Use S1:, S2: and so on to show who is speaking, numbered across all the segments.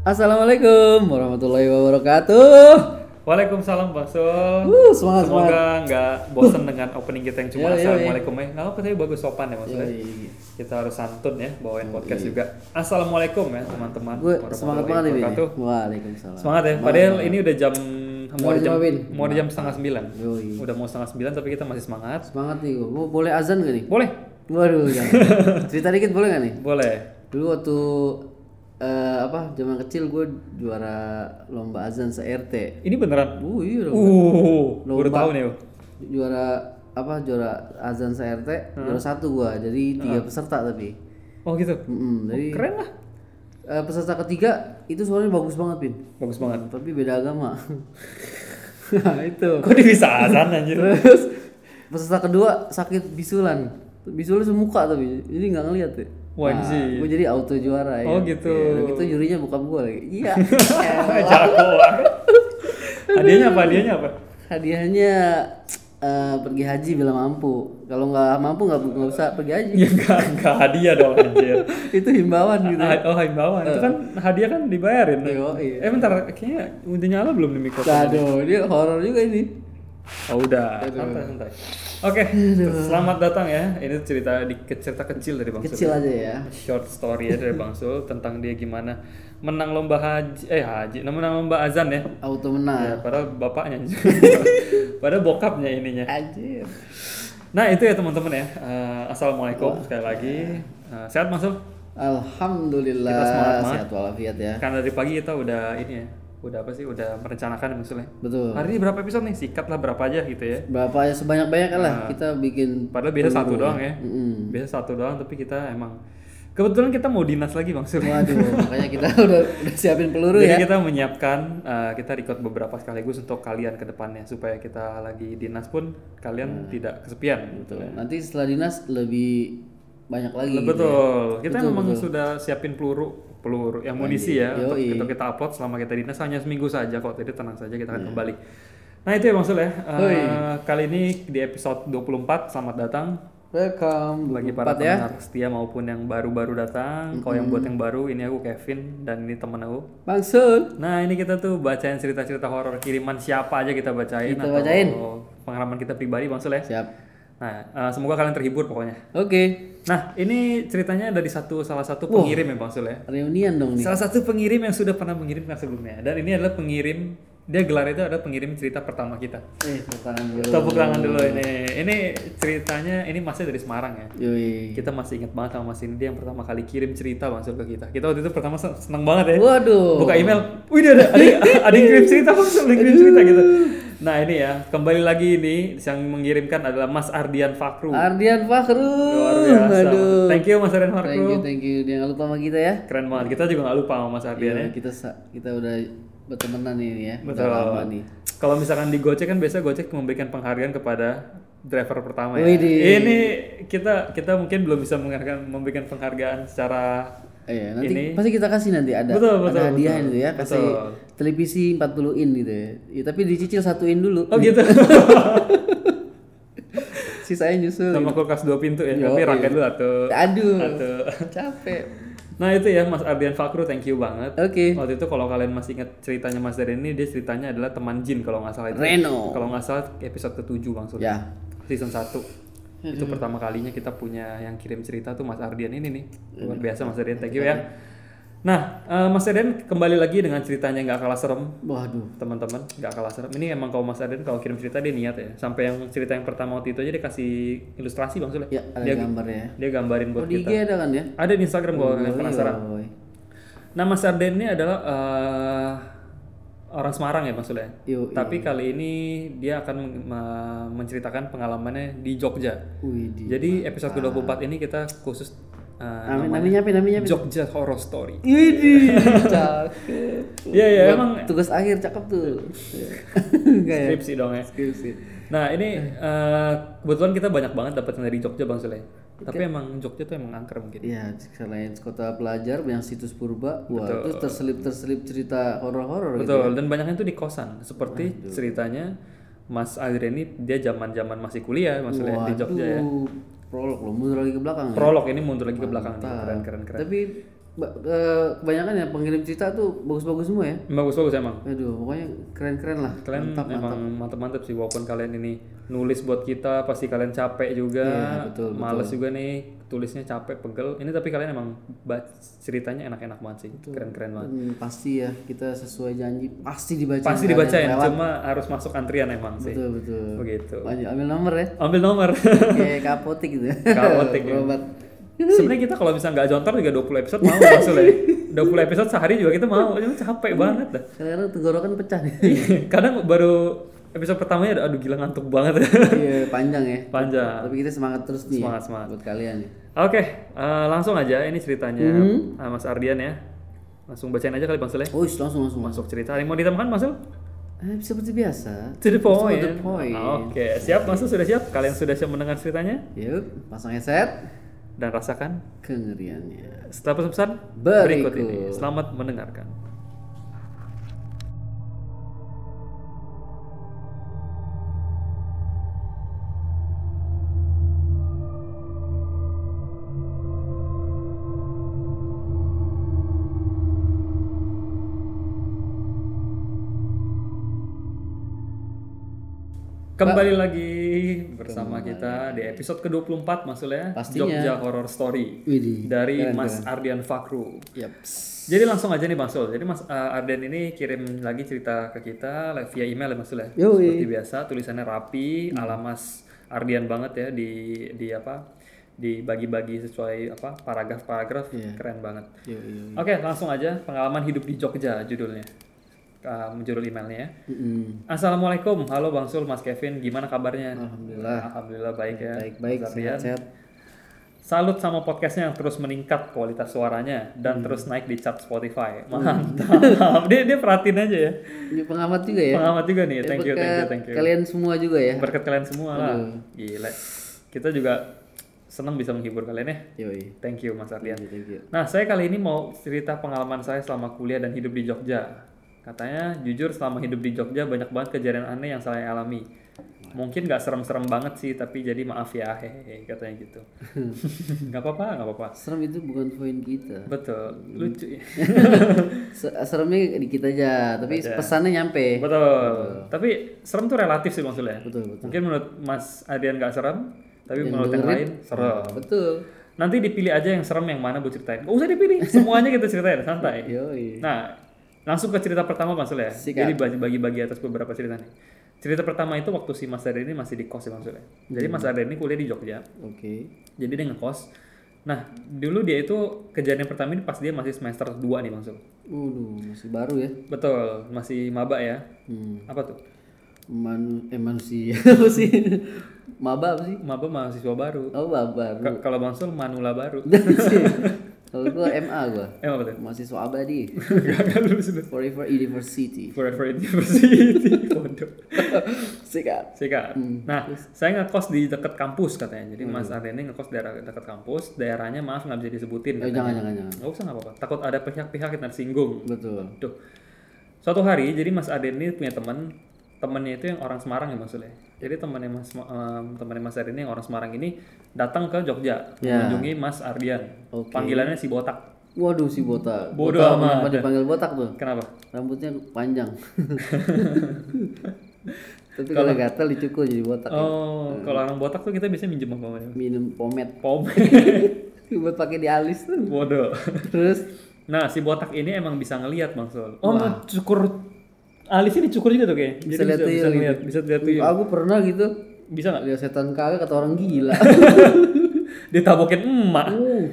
S1: Assalamualaikum warahmatullahi wabarakatuh.
S2: Waalaikumsalam Bang Sul.
S1: Wuh, semangat,
S2: Semoga nggak bosen dengan opening kita yang cuma
S1: Yoi, yoi.
S2: Assalamualaikum ya. Nggak apa tapi bagus sopan ya maksudnya.
S1: Yoi.
S2: Kita harus santun ya bawain podcast juga. Assalamualaikum ya teman-teman.
S1: Gue semangat banget
S2: Warahmatullahi
S1: ini.
S2: wabarakatuh.
S1: Waalaikumsalam.
S2: Semangat ya. Padahal ini udah jam mau
S1: Mau
S2: ada jam
S1: jawabin.
S2: mau ada jam setengah sembilan.
S1: Yoi.
S2: Udah mau setengah sembilan tapi kita masih semangat.
S1: Semangat nih gue. Mau boleh azan gak nih?
S2: Boleh,
S1: Waduh, jangan. Cerita dikit boleh gak nih?
S2: boleh.
S1: Dulu waktu eh, apa zaman kecil gue juara lomba azan se RT.
S2: Ini beneran.
S1: Uh, iya dong.
S2: Uh, baru tahu nih. Bang.
S1: Juara apa juara azan se RT juara satu gua jadi tiga peserta tapi
S2: Oh gitu.
S1: Mm-mm, jadi
S2: Keren lah.
S1: eh, peserta ketiga itu suaranya bagus banget pin
S2: Bagus banget.
S1: tapi beda agama nah itu
S2: Kok dia bisa azan anjir?
S1: terus peserta kedua sakit bisulan bisulan semuka tapi jadi nggak ngeliat ya
S2: Wah, anjir.
S1: gue jadi auto juara ya.
S2: Oh, gitu.
S1: Iya, udah gitu jurinya bukan gue lagi. Iya.
S2: Jago banget. Hadiahnya apa? Hadiahnya apa?
S1: Hadiahnya eh, pergi haji bila mampu. Kalau nggak mampu nggak nggak usah pergi haji.
S2: Ya enggak, enggak hadiah dong anjir.
S1: Itu himbauan gitu.
S2: Ah, Oh himbauan, itu kan hadiah kan dibayarin.
S1: Yo, iya.
S2: Eh bentar, kayaknya udah nyala belum nih mikrofon?
S1: Aduh, dia horor juga ini.
S2: Oh udah, santai santai. Oke, selamat datang ya. Ini cerita di cerita kecil dari Bang
S1: Kecil
S2: Sul.
S1: aja ya.
S2: Short story ya dari Bang Sul tentang dia gimana menang lomba haji, eh haji, menang lomba azan ya.
S1: Auto menang.
S2: Ya, padahal bapaknya, padahal bokapnya ininya.
S1: Anjir.
S2: Nah itu ya teman-teman ya. Eh, Assalamualaikum sekali lagi. Eh, sehat Mas Sul?
S1: Alhamdulillah
S2: Kita semangat banget.
S1: sehat walafiat ya.
S2: Karena dari pagi kita udah ini ya. Udah apa sih? Udah merencanakan maksudnya.
S1: Betul.
S2: Hari ini berapa episode nih? Sikat lah berapa aja gitu ya.
S1: Berapa ya sebanyak-banyaknya lah kita bikin
S2: Nah. Padahal biasa satu doang
S1: iya.
S2: ya.
S1: Mm-mm.
S2: Biasa satu doang tapi kita emang kebetulan kita mau dinas lagi Bang Sul.
S1: Waduh, makanya kita udah, udah siapin peluru
S2: Jadi kan-
S1: ya.
S2: kita menyiapkan eh, kita record beberapa sekaligus untuk kalian ke depannya supaya kita lagi dinas pun
S1: Nah.
S2: kalian tidak kesepian gitu ya.
S1: Nanti setelah dinas lebih banyak lagi. gitu ya.
S2: Betul. Kita memang sudah siapin peluru, peluru yang munisi ya untuk, untuk kita upload selama kita dinas hanya seminggu saja kok. Jadi tenang saja kita akan kembali. Nah, itu ya Bang Sul ya. Eh, kali ini di episode 24 selamat datang
S1: Welcome
S2: bagi
S1: ya.
S2: para pendengar setia maupun yang baru-baru datang. Kalau yang buat yang baru ini aku Kevin dan ini temen aku.
S1: Bang Sun.
S2: Nah, ini kita tuh bacain cerita-cerita horor kiriman siapa aja kita bacain
S1: Kita
S2: atau
S1: bacain.
S2: pengalaman kita pribadi Bang Sul ya.
S1: Siap.
S2: Nah, eh, semoga kalian terhibur pokoknya.
S1: Oke.
S2: Nah, ini ceritanya dari satu salah satu pengirim ya Bang Sul ya.
S1: Reunian dong nih.
S2: Salah satu pengirim yang sudah pernah mengirimkan sebelumnya. Dan ini adalah pengirim dia gelar itu adalah pengirim cerita pertama kita.
S1: Eh, pertahanan dulu.
S2: Tepuk tangan dulu ini. Ini ceritanya ini masih dari Semarang ya.
S1: Yoi.
S2: Kita masih ingat banget sama Mas ini dia yang pertama kali kirim cerita Bang Sul ke kita. Kita waktu itu pertama sen- seneng banget ya.
S1: Waduh.
S2: Buka email, wih ada ada, ada yang kirim cerita Bang Sul, ada yang kirim cerita gitu. Nah, ini ya, kembali lagi ini yang mengirimkan adalah Mas Ardian Fakru.
S1: Ardian Fakhru.
S2: Luar biasa.
S1: Aduh.
S2: Thank you Mas Ardian Fakru.
S1: Thank you, thank you. Dia nggak lupa sama kita ya.
S2: Keren banget. Kita juga nggak lupa sama Mas Ardian ya.
S1: Kita sa- kita udah bertemanan ini ya.
S2: Betul.
S1: Udah lama nih.
S2: Kalau misalkan di Gojek kan biasa Gojek memberikan penghargaan kepada driver pertama ya.
S1: Widih.
S2: Ini kita kita mungkin belum bisa menghargaan- memberikan penghargaan secara
S1: Iya, nanti
S2: Ini-
S1: pasti kita kasih nanti ada
S2: Betul,
S1: ada
S2: betul,
S1: hadiah
S2: betul.
S1: gitu ya, kasih
S2: Betul.
S1: televisi 40 in gitu ya. Ya, tapi dicicil satu in dulu.
S2: Oh gitu.
S1: Sisanya nyusul.
S2: Sama kulkas dua pintu ya,
S1: Yo,
S2: tapi
S1: iya.
S2: rangka dulu atau
S1: Aduh.
S2: atau
S1: Capek.
S2: Nah itu ya Mas Ardian Fakru, thank you banget.
S1: Oke.
S2: Waktu itu kalau kalian masih ingat ceritanya Mas Ardian ini, dia ceritanya adalah teman Jin kalau nggak salah itu.
S1: Reno.
S2: Kalau nggak salah episode ketujuh bang Sul.
S1: Ya.
S2: season 1
S1: Hmm.
S2: itu pertama kalinya kita punya yang kirim cerita tuh Mas Ardian ini nih
S1: Hmm.
S2: luar biasa Mas Ardian thank you ya nah eh, Mas Ardian kembali lagi dengan ceritanya nggak kalah serem
S1: Waduh.
S2: teman-teman nggak kalah serem ini emang kalau Mas Ardian kalau kirim cerita dia niat ya sampai yang cerita yang pertama waktu itu aja dia kasih ilustrasi bang Sule
S1: Ya, ada
S2: dia
S1: gambarnya.
S2: dia gambarin
S1: Oh,
S2: buat
S1: di IG Oh, iya. ada
S2: kita
S1: kan ya?
S2: ada di Instagram kalau kalian penasaran
S1: Yoi.
S2: nah Mas Ardian ini adalah eh, orang Semarang ya Bang Sule
S1: Yoi.
S2: tapi kali ini dia akan men- me- menceritakan pengalamannya di Jogja
S1: Widih.
S2: jadi episode ke-24 ini kita khusus uh,
S1: Amin, namanya apa? Namanya apa?
S2: Jogja Horror Story.
S1: Widih, cakep.
S2: Iya ya
S1: Buat
S2: emang
S1: tugas akhir cakep tuh. Enggak ya?
S2: skripsi dong ya.
S1: Skripsi.
S2: Nah, ini uh, kebetulan kita banyak banget dapat dari Jogja Bang Sule. Tapi emang Jogja tuh emang angker mungkin.
S1: Iya, selain kota pelajar, banyak situs purba, wah itu terselip-terselip cerita horor-horor gitu.
S2: Betul, dan banyaknya tuh di kosan. Seperti ceritanya Mas Adrian ini dia zaman-zaman masih kuliah Mas Sule di Jogja ya.
S1: Waduh, prolog lo mundur lagi ke belakang. ya?
S2: Prolog ini mundur lagi ke belakang nih. Keren keren keren.
S1: Tapi Ba- eh, kebanyakan ya pengirim cerita tuh bagus-bagus semua ya.
S2: Bagus-bagus emang.
S1: Aduh, pokoknya keren-keren lah.
S2: Kalian emang mantep-mantep sih walaupun kalian ini nulis buat kita pasti kalian capek juga,
S1: Iya, betul,
S2: males juga nih tulisnya capek pegel. Ini tapi kalian emang ba- ceritanya enak-enak banget sih, keren-keren banget.
S1: Hmm, pasti ya kita sesuai janji pasti dibaca.
S2: Pasti dibacain, cuma harus masuk antrian emang sih.
S1: Betul betul.
S2: Begitu.
S1: Banyak ambil nomor ya.
S2: Ambil nomor.
S1: Kayak kapotik gitu.
S2: Kapotik, ya.
S1: Berobat.
S2: Sebenarnya kita kalau bisa nggak jontor juga 20 episode mau langsung ya. 20 episode sehari juga kita mau, cuma capek banget dah.
S1: Kadang-kadang tenggorokan pecah nih.
S2: Kadang baru episode pertamanya udah, aduh gila ngantuk banget.
S1: Iya, panjang ya.
S2: Panjang.
S1: Tapi kita semangat terus nih. ya,
S2: Semangat, semangat.
S1: Buat kalian nih.
S2: Oke, eh, langsung aja ini ceritanya eh, Mas Ardian ya. Langsung bacain aja kali Bang Sule.
S1: Oh, langsung langsung.
S2: Masuk cerita. Ada yang mau ditambahkan Mas Sul?
S1: Eh, seperti biasa.
S2: To the point.
S1: the point.
S2: Oke, siap Mas Sul sudah siap? Kalian sudah siap mendengar ceritanya?
S1: Yuk, pasang headset.
S2: Dan rasakan
S1: Kengeriannya.
S2: setelah pesan berikut
S1: Berikut.
S2: ini. Selamat mendengarkan. Kembali lagi bersama kita di episode ke-24 maksudnya
S1: Pastinya.
S2: Jogja Horror Story
S1: Widih,
S2: dari Mas Ardian Fakru.
S1: Yaps.
S2: Jadi langsung aja nih Mas Sul. Jadi Mas uh, Arden ini kirim lagi cerita ke kita le- via email ya Mas Sul ya.
S1: Yoi.
S2: Seperti biasa tulisannya rapi, ala Mas Ardian banget ya di di apa? dibagi-bagi sesuai apa paragraf-paragraf keren banget.
S1: Yo, yo.
S2: Oke, langsung aja pengalaman hidup di Jogja judulnya. Uh, judul emailnya ya.
S1: Mm-mm.
S2: Assalamualaikum, halo Bang Sul, Mas Kevin, gimana kabarnya?
S1: Alhamdulillah.
S2: Alhamdulillah baik ya.
S1: Baik-baik,
S2: Mas Ardian.
S1: sehat-sehat.
S2: Salut sama podcastnya yang terus meningkat kualitas suaranya dan terus naik di chart Spotify. Mantap. dia dia perhatiin aja ya.
S1: Ini pengamat juga ya.
S2: Pengamat juga nih. Thank you, thank you,
S1: Berkat
S2: thank you.
S1: Kalian semua juga ya.
S2: Berkat kalian semua lah. Gila. Kita juga senang bisa menghibur kalian ya.
S1: Yoi.
S2: Thank you Mas Ardian.
S1: Thank you, thank you.
S2: Nah, saya kali ini mau cerita pengalaman saya selama kuliah dan hidup di Jogja. Katanya, jujur selama hidup di Jogja banyak banget kejadian aneh yang saya alami. Mungkin nggak serem-serem banget sih, tapi jadi maaf ya, hehehe, katanya gitu. Nggak apa-apa, nggak apa-apa.
S1: Serem itu bukan poin kita.
S2: Betul, lucu ya.
S1: Se- Seremnya dikit aja, tapi pesannya nyampe.
S2: Betul. Tapi serem tuh relatif sih maksudnya.
S1: Betul, betul.
S2: Mungkin menurut Mas Adian nggak serem, tapi menurut yang lain serem.
S1: Betul.
S2: Nanti dipilih aja yang serem yang mana buat ceritain. Gak usah dipilih, semuanya kita ceritain, santai.
S1: Yoi.
S2: Nah, langsung ke cerita pertama Bang Sule ya.
S1: Iya. Sikat.
S2: Jadi bagi- bagi-bagi atas beberapa cerita nih. Cerita pertama itu waktu si Mas Arden ini masih di kos ya Bang Sule. Jadi Mas Arden ini kuliah di Jogja.
S1: Oke.
S2: Jadi dia ngekos. Nah, dulu dia itu kejadian pertama ini pas dia masih semester 2 nih Bang Sule.
S1: Waduh, masih baru ya.
S2: Betul, masih maba ya.
S1: Hmm.
S2: Apa tuh?
S1: Manu, eh manusia apa sih? Maba apa sih?
S2: Maba mahasiswa baru.
S1: Oh, babar.
S2: Ka- Kalau Bang Sul manula baru.
S1: Kalau gua MA gua.
S2: Emang apa tuh?
S1: Mahasiswa abadi.
S2: Gak gak lulus dulu.
S1: Forever University.
S2: Forever University. Bodoh.
S1: Sikat.
S2: Sika.
S1: Hmm,
S2: Nah, saya ngekos di dekat kampus katanya. Jadi Mas Arden ini ngekos daerah dekat kampus. Daerahnya maaf nggak bisa disebutin.
S1: Eh, jangan jangan jangan.
S2: Nggak usah nggak apa-apa. Takut ada pihak-pihak yang tersinggung.
S1: Betul.
S2: Duh. Suatu hari, jadi Mas Arden ini punya teman. Temennya itu yang orang Semarang ya maksudnya. Jadi temannya Mas em, temannya Mas Arden ini yang orang Semarang ini datang ke Jogja
S1: Ya.
S2: mengunjungi Mas Ardian.
S1: Oke.
S2: Panggilannya si Botak.
S1: Waduh si botak.
S2: Bodoh
S1: Botak,
S2: amat.
S1: Kenapa dipanggil botak tuh?
S2: Kenapa?
S1: Rambutnya panjang. Tapi kalau gatal dicukur jadi botak. ya.
S2: Oh, kalau orang botak tuh kita bisa minjem apa namanya?
S1: Minum pomade
S2: Pom.
S1: buat pakai di alis tuh.
S2: Bodoh.
S1: Terus
S2: Nah, si botak ini emang bisa ngelihat Bang Sol. Oh, mau cukur alisnya dicukur juga tuh kayaknya. Jadi
S1: Bisa lihat
S2: bisa, bisa
S1: tuyul
S2: ngelihat, bisa lihat tuyul.
S1: aku pernah gitu
S2: Bisa nggak?
S1: lihat setan kagak kata orang gila.
S2: Ditabokin emak.
S1: Uh,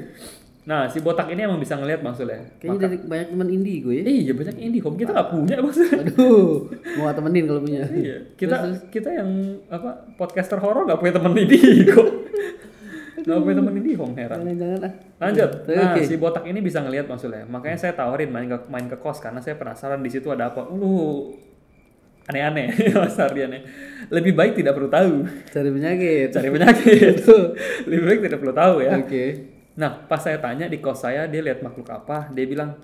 S2: Nah, si botak ini emang bisa ngelihat Bang Sol ya.
S1: kayaknya dari banyak teman indie gue ya.
S2: Iya, banyak indihome kita nggak punya Bang Sol.
S1: Aduh, mau temenin kalau punya.
S2: Iya, kita kita yang apa podcaster horor nggak punya teman indigo. Nggak punya teman indigo heran.
S1: Jangan-jangan ah.
S2: Lanjut. Nah,
S1: Oke.
S2: si botak ini bisa ngelihat maksudnya. Makanya saya tawarin main ke main ke kos karena saya penasaran di situ ada apa. Lu aneh-aneh Mas Ardian ya. Lebih baik tidak perlu tahu.
S1: Cari penyakit.
S2: Cari penyakit. Lebih baik tidak perlu tahu ya.
S1: Oke.
S2: Nah, pas saya tanya di kos saya dia lihat makhluk apa, dia bilang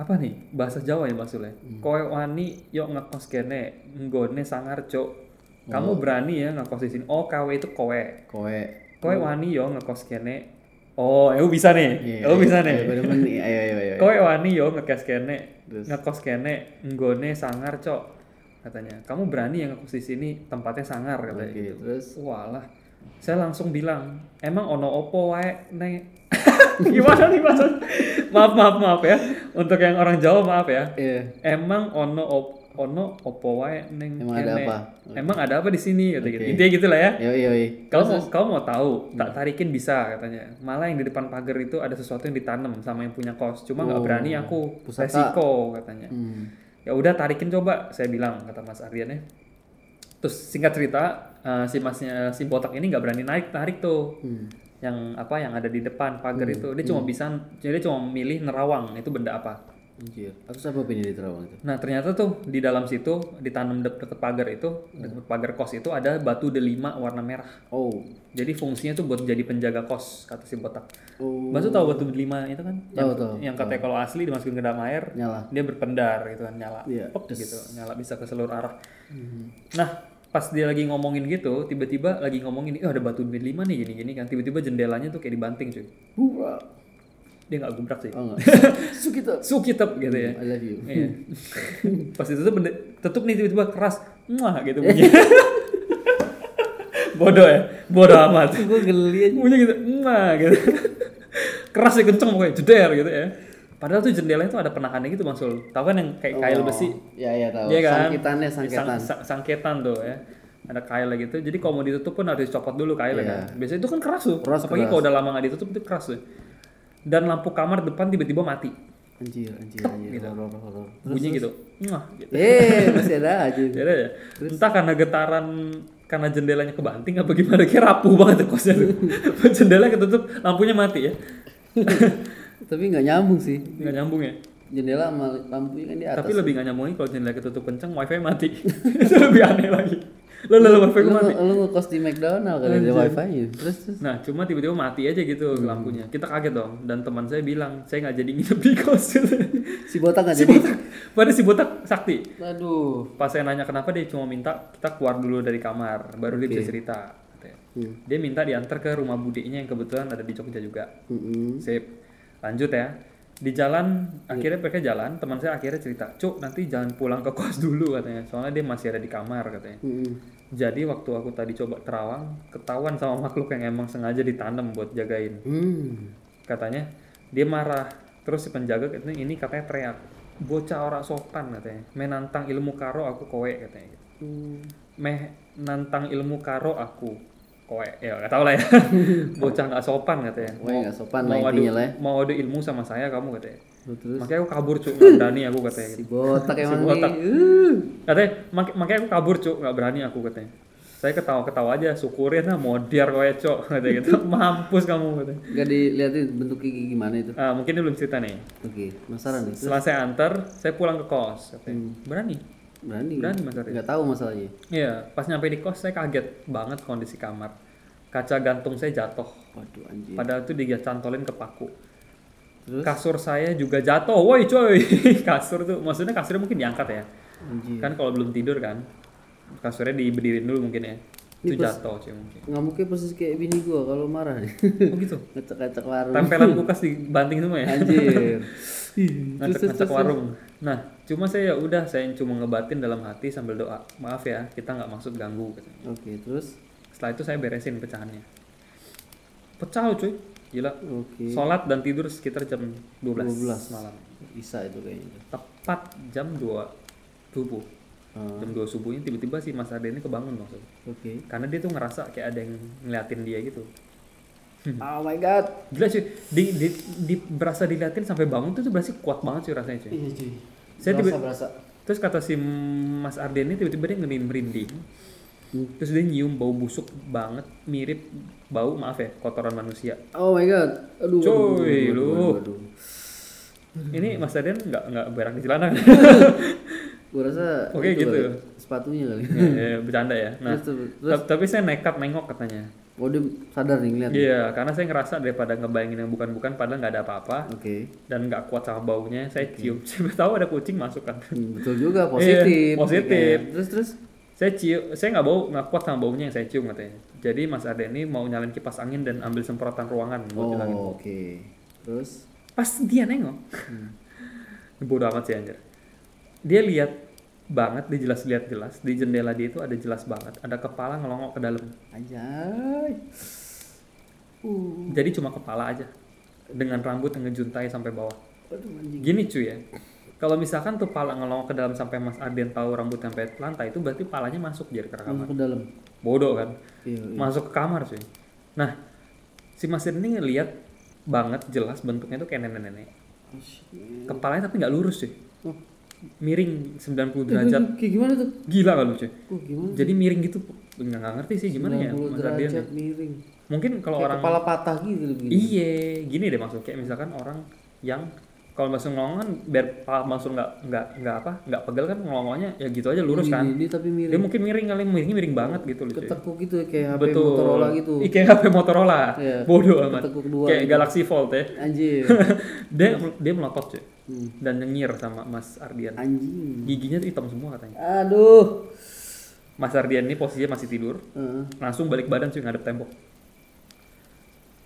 S2: apa nih bahasa Jawa ya maksudnya. Kowe wani yo ngekos kene, nggone sangar cok. Kamu berani ya ngekos di sini. Oh, kowe itu kowe.
S1: Koe.
S2: Kowe wani yo ngekos kene Oh, aku bisa nih. aku bisa nih.
S1: Iya. Ayo, ayo, ayo, ayo, ayo.
S2: Kowe wani yo ngekes kene, ngekos kene, nggone sangar, Cok. Katanya. Kamu berani ya ngekos di sini, tempatnya sangar katanya
S1: Oke,
S2: gitu.
S1: terus?
S2: Walah. Saya langsung bilang, "Emang ono opo wae, Nek?" Gimana nih maksud? maaf, maaf, maaf ya. Untuk yang orang Jawa maaf ya.
S1: Iya.
S2: Emang ono op, ono opo wae neng
S1: Emang ada
S2: kene?
S1: apa?
S2: Emang ada apa di sini Kata gitu.
S1: Oke.
S2: Intinya gitu lah ya.
S1: Yo yo. yo.
S2: Kau mau, kau mau tahu,
S1: Hmm.
S2: tak tarikin bisa katanya. Malah yang di depan pagar itu ada sesuatu yang ditanam sama yang punya kos. Cuma nggak
S1: Oh,
S2: berani aku
S1: pusaka.
S2: resiko katanya.
S1: Hmm.
S2: Ya udah tarikin coba, saya bilang kata Mas Ardian ya. Terus singkat cerita eh, si masnya si botak ini nggak berani naik tarik tuh.
S1: Hmm.
S2: Yang apa yang ada di depan pagar itu dia cuma bisa jadi dia cuma milih nerawang itu benda apa.
S1: Anjir. Aku siapa pengen di Terawang itu?
S2: Nah ternyata tuh di dalam situ ditanam de- deket pagar itu
S1: Hmm.
S2: deket pagar kos itu ada batu delima warna merah.
S1: Oh.
S2: Jadi fungsinya tuh buat jadi penjaga kos kata si botak.
S1: Oh.
S2: Basu tahu batu delima itu kan?
S1: Tahu,
S2: Yang,
S1: tahu,
S2: yang katanya kalau asli dimasukin ke dalam air
S1: Nyala.
S2: dia berpendar gitu kan nyala.
S1: Iya. Hmm.
S2: Pek gitu, nyala bisa ke seluruh arah. Nah, pas dia lagi ngomongin gitu, tiba-tiba lagi ngomongin, "Eh, ada batu delima nih gini-gini kan." Tiba-tiba jendelanya tuh kayak dibanting, cuy.
S1: Hurra.
S2: Dia nggak gubrak sih.
S1: Oh enggak. Sukita.
S2: Sukitep gitu ya.
S1: I love you.
S2: Iya. Pas itu tuh tutup nih tiba-tiba keras, muah gitu bunyi. Bodoh ya, bodoh amat.
S1: Gue geli aja.
S2: bunyi gitu nah gitu keras ya kenceng pokoknya jeder gitu ya padahal tuh jendelanya tuh ada penahannya gitu bang Sul tahu kan yang kayak kail besi
S1: Ya ya tahu.
S2: Iya kan?
S1: Sangkitannya sangkitan.
S2: Sang- sang- sangketan tuh ya ada kail gitu jadi kalau mau ditutup pun harus dicopot dulu kailnya
S1: Iya.
S2: kan biasanya itu kan keras tuh
S1: Keras,
S2: apalagi
S1: keras.
S2: kalau udah lama nggak ditutup itu keras tuh dan lampu kamar depan tiba-tiba mati
S1: Anjir, anjir,
S2: Gitu.
S1: anjir. Horor, horor.
S2: bunyi gitu nah gitu
S1: Eh, masih ada aja.
S2: Jadi ya entah karena getaran karena jendelanya kebanting apa gimana kayak rapuh banget tuh kosnya tuh jendela ketutup lampunya mati ya
S1: Tapi nggak nyambung sih.
S2: nggak nyambung ya
S1: Jendela sama lampunya kan di atas.
S2: Tapi lebih gak nyambungin kalau jendela ketutup kenceng, wifi mati. itu lebih aneh lagi. Lo lo wifi
S1: lu,
S2: gue mati.
S1: lu ngekos di McDonald kan ada wifi-nya. Terus terus.
S2: Nah, cuma tiba-tiba mati aja gitu
S1: Hmm.
S2: lampunya. Kita kaget dong. Dan teman saya bilang, saya nggak jadi nginep di kos.
S1: Si botak nggak
S2: si
S1: jadi.
S2: botak, pada si botak sakti.
S1: Aduh.
S2: Pas saya nanya kenapa dia cuma minta kita keluar dulu dari kamar, baru dia bisa cerita. katanya.
S1: Hmm.
S2: Dia minta diantar ke rumah budenya yang kebetulan ada di Jogja juga.
S1: Mm-mm.
S2: Sip. Lanjut ya. Di jalan
S1: Hmm.
S2: akhirnya mereka jalan, teman saya akhirnya cerita, "Cuk, nanti jangan pulang ke kos dulu," katanya. Soalnya dia masih ada di kamar katanya.
S1: Mm-mm.
S2: Jadi waktu aku tadi coba terawang, ketahuan sama makhluk yang emang sengaja ditanam buat jagain.
S1: Hmm.
S2: Katanya dia marah. Terus si penjaga katanya ini katanya teriak, "Bocah orang sopan," katanya. "Meh nantang ilmu karo aku kowe," katanya. gitu.
S1: Hmm.
S2: Meh nantang ilmu karo aku kowe. Ya nggak tahu lah ya. Bocah nggak sopan katanya.
S1: Wah, nggak sopan lah
S2: Mau adu,
S1: intinya lah. ya.
S2: mau adu ilmu sama saya kamu katanya.
S1: Lu Terus
S2: Makanya aku kabur cuk, nggak berani aku katanya.
S1: si botak emang
S2: botak.
S1: nih. Uh.
S2: Katanya, mak- makanya aku kabur cuk, nggak berani aku katanya. Saya ketawa-ketawa aja, syukurin lah modiar kowe cuk, katanya gitu. Mampus kamu katanya.
S1: Gak diliatin bentuk gigi gimana itu.
S2: Ah, mungkin dia belum cerita nih.
S1: Oke, penasaran nih.
S2: Setelah saya antar, saya pulang ke kos. Katanya. Berani?
S1: Berani.
S2: Berani Mas Arya.
S1: Gak tahu masalahnya.
S2: Iya, pas nyampe di kos saya kaget banget kondisi kamar. Kaca gantung saya jatuh.
S1: Waduh anjir.
S2: Padahal itu dia cantolin ke paku.
S1: Iya. Terus
S2: Kasur saya juga jatuh. Woi coy, kasur tuh maksudnya kasurnya mungkin diangkat ya.
S1: Iya. anjir.
S2: Kan kalau belum tidur kan kasurnya diberdirin dulu mungkin ya. Itu jatuh cuy mungkin.
S1: Ngamuknya persis kayak bini gua kalau marah nih.
S2: Oh gitu.
S1: Ngecek-ngecek warung.
S2: Tempelan kulkas dibanting semua ya.
S1: Anjir. terus terus
S2: Ngecek-ngecek warung. Nah, cuma saya ya udah saya cuma ngebatin dalam hati sambil doa. Maaf ya, kita nggak maksud ganggu. katanya.
S1: Oke, terus
S2: Setelah itu saya beresin pecahannya. Pecah cuy. Gila.
S1: oke.
S2: Sholat dan tidur sekitar jam 12,
S1: 12.
S2: malam.
S1: Bisa itu kayaknya.
S2: Tepat jam 2 subuh.
S1: Ah,
S2: Jam 2 subuhnya tiba-tiba si Mas Ade ini kebangun dong. Sob.
S1: Oke.
S2: Karena dia tuh ngerasa kayak ada yang ngeliatin dia gitu. Hmm.
S1: Oh my god.
S2: Gila cuy, di, di, di- berasa diliatin sampai bangun tuh, tuh berasa kuat banget cuy rasanya cuy.
S1: Iya cuy.
S2: Saya tiba-
S1: berasa.
S2: Terus kata si Mas Arden ini tiba-tiba dia ngenin merinding.
S1: Hmm.
S2: Terus dia nyium bau busuk banget, mirip bau maaf ya, kotoran manusia.
S1: Oh my god. Aduh.
S2: Cuy,
S1: aduh, aduh,
S2: lu.
S1: aduh, aduh. Hmm.
S2: Ini Mas Arden nggak nggak berak di celana.
S1: Gua rasa
S2: Oke,
S1: itu
S2: gitu.
S1: kali, Sepatunya kali.
S2: Ya, ya, bercanda ya. Nah,
S1: Terus, terus, terus.
S2: ta- tapi saya nekat nengok katanya.
S1: Oh, dia sadar nih ngeliat.
S2: Iya, karena saya ngerasa daripada ngebayangin yang bukan-bukan padahal nggak ada apa-apa
S1: Oke.
S2: dan nggak kuat sama baunya, saya cium. Siapa tahu ada kucing masuk kan.
S1: Hmm, betul juga positif.
S2: Iya, positif.
S1: Terus terus.
S2: Saya cium, saya nggak bau, nggak kuat sama baunya yang saya cium katanya. Jadi Mas Ade ini mau nyalain kipas angin dan ambil semprotan ruangan buat
S1: Oh,
S2: hilangin bau.
S1: oke. Terus
S2: Pas dia nengok, Hmm. bodoh amat sih anjir. Dia lihat banget, dia jelas lihat jelas di jendela dia itu ada jelas banget, ada kepala ngelongok ke dalam.
S1: anjay. Uh,
S2: Jadi cuma kepala aja dengan rambut yang ngejuntai sampai bawah.
S1: aduh anjing.
S2: Gini cuy ya. Kalau misalkan tuh pala ngelongok ke dalam sampai Mas Aden tahu rambut sampai lantai itu berarti palanya masuk jadi ke kamar.
S1: Kamu ke dalam.
S2: Bodoh kan?
S1: Iya, iya.
S2: Masuk ke kamar cuy. Nah, si Mas Aden ini ngelihat banget jelas bentuknya tuh kayak nenek-nenek.
S1: Oh, shit.
S2: Kepalanya tapi nggak lurus cuy.
S1: Oh.
S2: Miring 90
S1: Tuh,
S2: derajat.
S1: tuh, Kayak gimana tuh?
S2: Gila kan lu cuy?
S1: Oh, gimana?
S2: Jadi miring gitu nggak nggak ngerti sih gimana ya
S1: 90
S2: Mas Aden.
S1: derajat miring.
S2: Mungkin kalau
S1: Kayak
S2: orang
S1: kepala patah gitu lebih.
S2: Iya, gini deh maksudnya kayak misalkan orang yang kalau masuk ngelongok kan biar pala masuk nggak nggak nggak apa nggak pegel kan ngelongoknya ya gitu aja lurus kan.
S1: Ini tapi
S2: Dia
S1: miring.
S2: mungkin miring kali miring miring banget gitu loh. cuy.
S1: Ketekuk gitu ya, kayak HP
S2: Betul.
S1: Motorola gitu.
S2: Ih, kayak HP Motorola.
S1: Iya,
S2: Bodoh amat.
S1: ketekuk dua
S2: Kayak
S1: gitu.
S2: Galaxy Fold ya.
S1: Anjir.
S2: dia dia melotot cuy
S1: Hmm.
S2: dan nyengir sama Mas Ardian.
S1: Anjing.
S2: Giginya tuh hitam semua katanya.
S1: Aduh.
S2: Mas Ardian ini posisinya masih tidur,
S1: Heeh.
S2: langsung balik badan cuy ngadep tembok.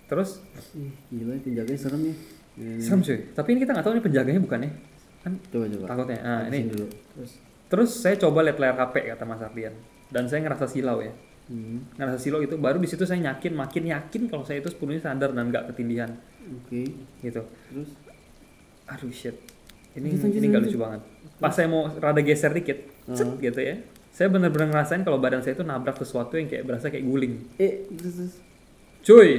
S2: Terus
S1: Ih, Gila penjaganya serem ya. Hmm.
S2: serem cuy. Tapi ini kita nggak tahu ini penjaganya bukan ya? Kan
S1: Coba coba.
S2: takutnya. Nah, ini
S1: Sini Iya. dulu. Terus.
S2: Terus saya coba lihat layar HP kata Mas Ardian dan saya ngerasa silau ya.
S1: Hmm.
S2: Ngerasa silau itu baru di situ saya yakin makin yakin kalau saya itu sepenuhnya sadar dan nggak ketindihan
S1: Oke.
S2: gitu.
S1: Terus.
S2: Aduh shit. Ini
S1: Lanjut, lanjut, Hmm.
S2: ini nggak lucu banget. Pas saya mau rada geser dikit, set, gitu ya. Saya bener-bener ngerasain kalau badan saya itu nabrak sesuatu yang kayak berasa kayak guling.
S1: Eh, terus terus.
S2: Cuy,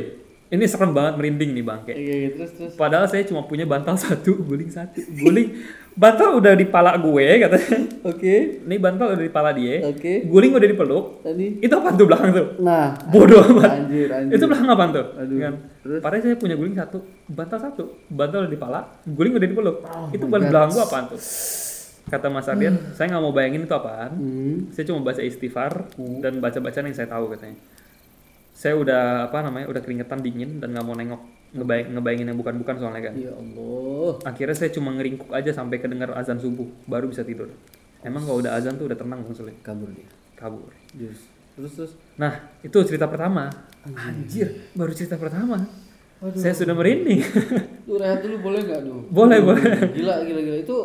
S2: ini serem banget merinding nih bangke.
S1: Iya, iya, terus terus.
S2: Padahal saya cuma punya bantal satu, guling satu, guling. Bantal udah di pala gue katanya.
S1: Oke.
S2: Ini bantal udah di pala dia.
S1: Oke.
S2: Guling udah dipeluk.
S1: Tadi.
S2: Itu apa tuh belakang tuh?
S1: Nah.
S2: Bodoh amat.
S1: Anjir, anjir.
S2: Itu belakang apa tuh?
S1: Aduh.
S2: Kan?
S1: Terus?
S2: Padahal saya punya guling satu, bantal satu, bantal udah di pala, guling udah dipeluk. itu
S1: Oh my
S2: bukan
S1: God.
S2: belakang gua apaan tuh? Kata Mas Ardian, saya nggak mau bayangin itu apaan.
S1: Hmm.
S2: Saya cuma baca istighfar dan baca-bacaan yang saya tahu katanya. Saya udah apa namanya? Udah keringetan dingin dan nggak mau nengok ngebayang, ngebayangin yang bukan-bukan soalnya kan.
S1: Ya Allah.
S2: Akhirnya saya cuma ngeringkuk aja sampai kedengar azan subuh, baru bisa tidur. Emang kalau udah azan tuh udah tenang maksudnya,
S1: Kabur dia.
S2: kabur.
S1: Terus. Terus terus.
S2: Nah, itu cerita pertama. Anjir, baru cerita pertama. Saya sudah merinding.
S1: Lu rehat dulu boleh nggak dong?
S2: Boleh, boleh.
S1: Gila, gila, gila. Itu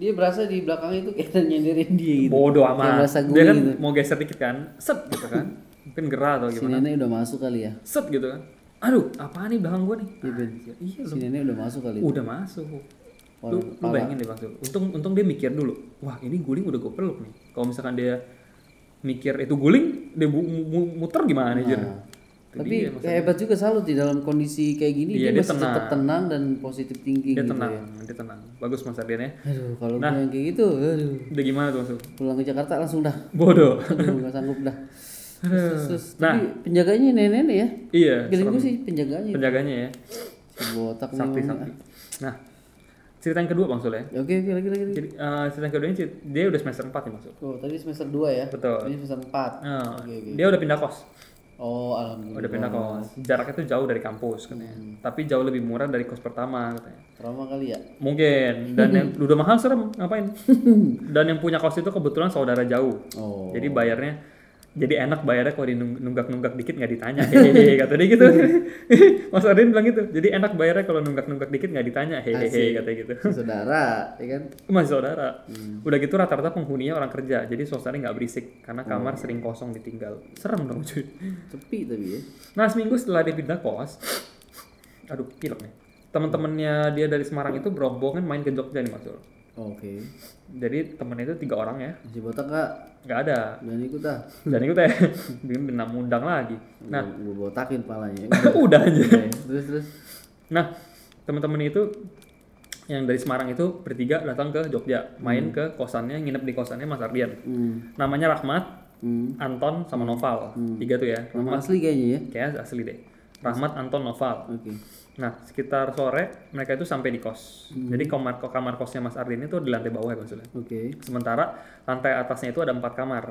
S1: dia berasa di belakangnya itu kayak nyenderin dia gitu.
S2: Bodoh
S1: Kayak
S2: amat.
S1: berasa
S2: Dia
S1: guling
S2: kan
S1: gitu.
S2: mau geser dikit kan. Set gitu kan. Mungkin gerah atau
S1: Si
S2: gimana.
S1: nenek udah masuk kali ya.
S2: Set gitu kan. Aduh, apaan nih belakang gua nih?
S1: Iya, Ben.
S2: Anjir, Iya,
S1: Si
S2: lu.
S1: nenek udah masuk kali.
S2: Udah masuk. Lu,
S1: Orang
S2: lu bayangin deh maksud. Untung untung dia mikir dulu. Wah, ini guling udah gue peluk nih. Kalau misalkan dia mikir itu guling, dia bu- mu- mu- muter gimana nih, Jir?
S1: Nah.
S2: Itu
S1: Tapi
S2: dia, maksudnya.
S1: hebat juga salut di dalam kondisi kayak gini dia,
S2: Iya, dia
S1: masih
S2: tenang.
S1: tetap tenang dan positif thinking
S2: dia
S1: gitu
S2: tenang,
S1: ya.
S2: dia tenang. Bagus Mas Ardian ya.
S1: Aduh, kalau gue yang kayak gitu, aduh.
S2: Udah gimana tuh maksud?
S1: Pulang ke Jakarta langsung dah.
S2: Bodoh.
S1: Aduh, nggak sanggup dah. Terus,
S2: Aduh.
S1: terus, terus.
S2: Nah.
S1: Tapi penjaganya nenek-nenek ya.
S2: Iya,
S1: Feeling gue sih penjaganya.
S2: penjaganya ya
S1: Si Botak nih.
S2: sakti
S1: orang.
S2: sakti nah cerita yang kedua bang Sul ya
S1: Oke, oke, lagi, lagi, lagi.
S2: jadi eh, cerita yang kedua ini cerit- dia udah semester 4 nih bang Sul
S1: Oh, tadi semester 2 ya?
S2: Betul.
S1: Ini semester 4.
S2: Nah,
S1: Oke, oke.
S2: dia udah pindah kos
S1: Oh, alhamdulillah.
S2: udah pindah kos jaraknya tuh jauh dari kampus katanya
S1: Hmm.
S2: tapi jauh lebih murah dari kos pertama katanya
S1: Trauma kali ya?
S2: mungkin dan yang udah mahal serem ngapain dan yang punya kos itu kebetulan saudara jauh
S1: Oh.
S2: jadi bayarnya jadi enak bayarnya kalau dinunggak-nunggak dikit nggak ditanya hehehe kata dia gitu Mas Arin bilang gitu jadi enak bayarnya kalau nunggak-nunggak dikit nggak ditanya hehehe kata gitu
S1: Saudara, ya kan?
S2: Masih saudara. Udah gitu rata-rata penghuninya orang kerja, jadi suasana nggak berisik karena kamar sering kosong ditinggal. Serem dong cuy.
S1: Sepi tapi ya.
S2: Nah seminggu setelah dia pindah kos, aduh pilek nih. Teman-temannya dia dari Semarang itu berombongan main ke Jogja nih Mas Zul.
S1: Oke.
S2: Jadi temennya itu tiga orang ya,
S1: Si botak kak,
S2: nggak ada.
S1: jangan ikut ah.
S2: Dan ikut ya, bikin benam undang lagi. Nah,
S1: Gue botakin palanya.
S2: udah aja.
S1: Oke, terus, terus.
S2: Nah, teman-teman itu yang dari Semarang itu bertiga datang ke Jogja, main ke kosannya, nginep di kosannya Mas Ardian.
S1: Hmm.
S2: Namanya Rahmat,
S1: Hmm.
S2: Anton sama Noval tiga tuh ya
S1: Nama asli kayaknya ya?
S2: kayaknya asli deh Rahmat Anton Noval
S1: Oke.
S2: nah sekitar sore mereka itu sampai di kos jadi kamar kamar kosnya Mas Ardin itu di lantai bawah ya maksudnya
S1: Oke.
S2: sementara lantai atasnya itu ada empat kamar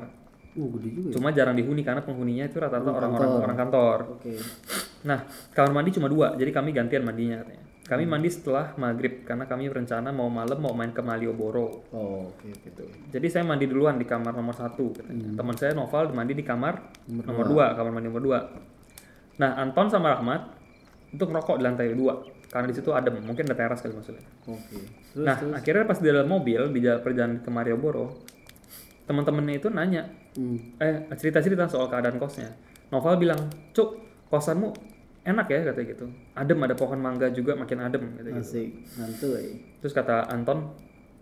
S1: Uh, gede juga ya?
S2: cuma jarang dihuni karena penghuninya itu rata-rata orang-orang orang kantor
S1: Oke.
S2: nah kamar mandi cuma dua jadi kami gantian mandinya katanya Kami mandi setelah maghrib karena kami rencana mau malam mau main ke Malioboro.
S1: Oh, oke gitu.
S2: Jadi saya mandi duluan di kamar nomor satu. katanya. Teman saya Noval mandi di kamar Hmm. nomor, dua, kamar mandi nomor dua. Nah Anton sama Rahmat itu ngerokok di lantai dua karena di situ adem, mungkin ada teras kali maksudnya.
S1: Oke.
S2: nah akhirnya pas di dalam mobil di jalan perjalanan ke Malioboro, teman-temannya itu nanya,
S1: Hmm.
S2: eh cerita-cerita soal keadaan kosnya. Noval bilang, cuk kosanmu enak ya katanya gitu. Adem ada pohon mangga juga makin adem katanya gitu.
S1: Asik, eh. santuy.
S2: Terus kata Anton,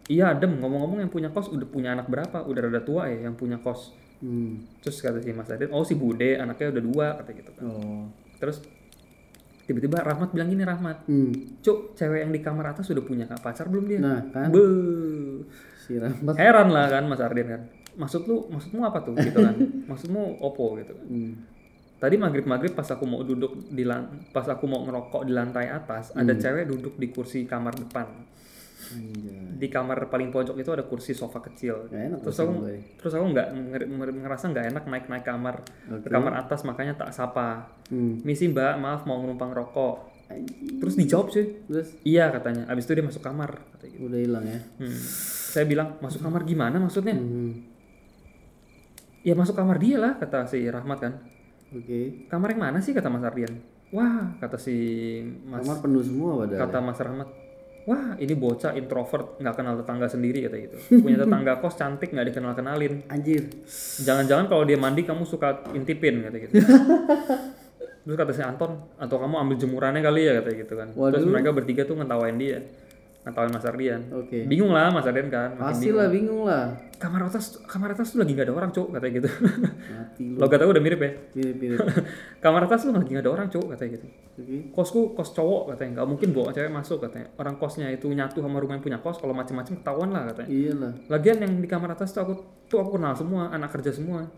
S2: iya adem. Ngomong-ngomong yang punya kos udah punya anak berapa? Udah rada tua ya yang punya kos.
S1: Hmm.
S2: Terus kata si Mas Adin, oh si Bude anaknya udah dua kata gitu kan.
S1: Oh.
S2: Terus tiba-tiba Rahmat bilang gini Rahmat,
S1: Hmm.
S2: cuk cewek yang di kamar atas udah punya pacar belum dia?
S1: Nah, kan
S2: Be.
S1: si Rahmat.
S2: Heran lah kan Mas Ardin kan. Maksud lu, maksudmu apa tuh gitu kan? maksudmu opo gitu kan.
S1: Hmm.
S2: Tadi maghrib-maghrib pas aku mau duduk di lan- pas aku mau ngerokok di lantai atas, ada cewek duduk di kursi kamar depan.
S1: Anjay.
S2: di kamar paling pojok itu ada kursi sofa kecil.
S1: Nggak enak
S2: terus
S1: tuh eh.
S2: aku
S1: sama gue.
S2: terus aku nggak nger- nger- ngerasa nggak enak naik naik kamar
S1: Oke.
S2: ke kamar atas makanya tak sapa.
S1: Hmm.
S2: Misi mbak maaf mau numpang rokok.
S1: Anjing.
S2: Terus dijawab sih
S1: Terus
S2: iya katanya. Abis itu dia masuk kamar. katanya gitu.
S1: udah hilang ya.
S2: Hmm. Saya bilang masuk kamar gimana maksudnya?
S1: Hmm.
S2: Ya masuk kamar dia lah kata si Rahmat kan.
S1: Oke.
S2: Kamar yang mana sih kata Mas Ardian? Wah kata si Mas
S1: Kamar penuh semua padahal. ya?
S2: kata Mas Rahmat wah ini bocah introvert nggak kenal tetangga sendiri kata gitu punya tetangga kos cantik nggak dikenal kenalin
S1: Anjir.
S2: jangan-jangan kalau dia mandi kamu suka intipin kata gitu terus kata si Anton atau kamu ambil jemurannya kali ya kata gitu kan terus
S1: Waduh.
S2: mereka bertiga tuh ngetawain dia ngetawain Mas Ardian
S1: Oke.
S2: bingung lah Mas Ardian kan makin
S1: Pasti
S2: bingung.
S1: lah bingung lah.
S2: kamar atas kamar atas tuh lagi nggak ada orang cuk kata gitu
S1: Mati lu.
S2: lo kata udah mirip ya
S1: Mirip-mirip.
S2: kamar atas tuh lagi nggak ada orang cuk kata gitu
S1: Oke.
S2: kosku kos cowok katanya nggak mungkin bawa cewek masuk katanya orang kosnya itu nyatu sama rumah yang punya kos kalau macam-macam ketahuan lah katanya
S1: Iya lah.
S2: lagian yang di kamar atas tuh aku tuh aku kenal semua anak kerja semua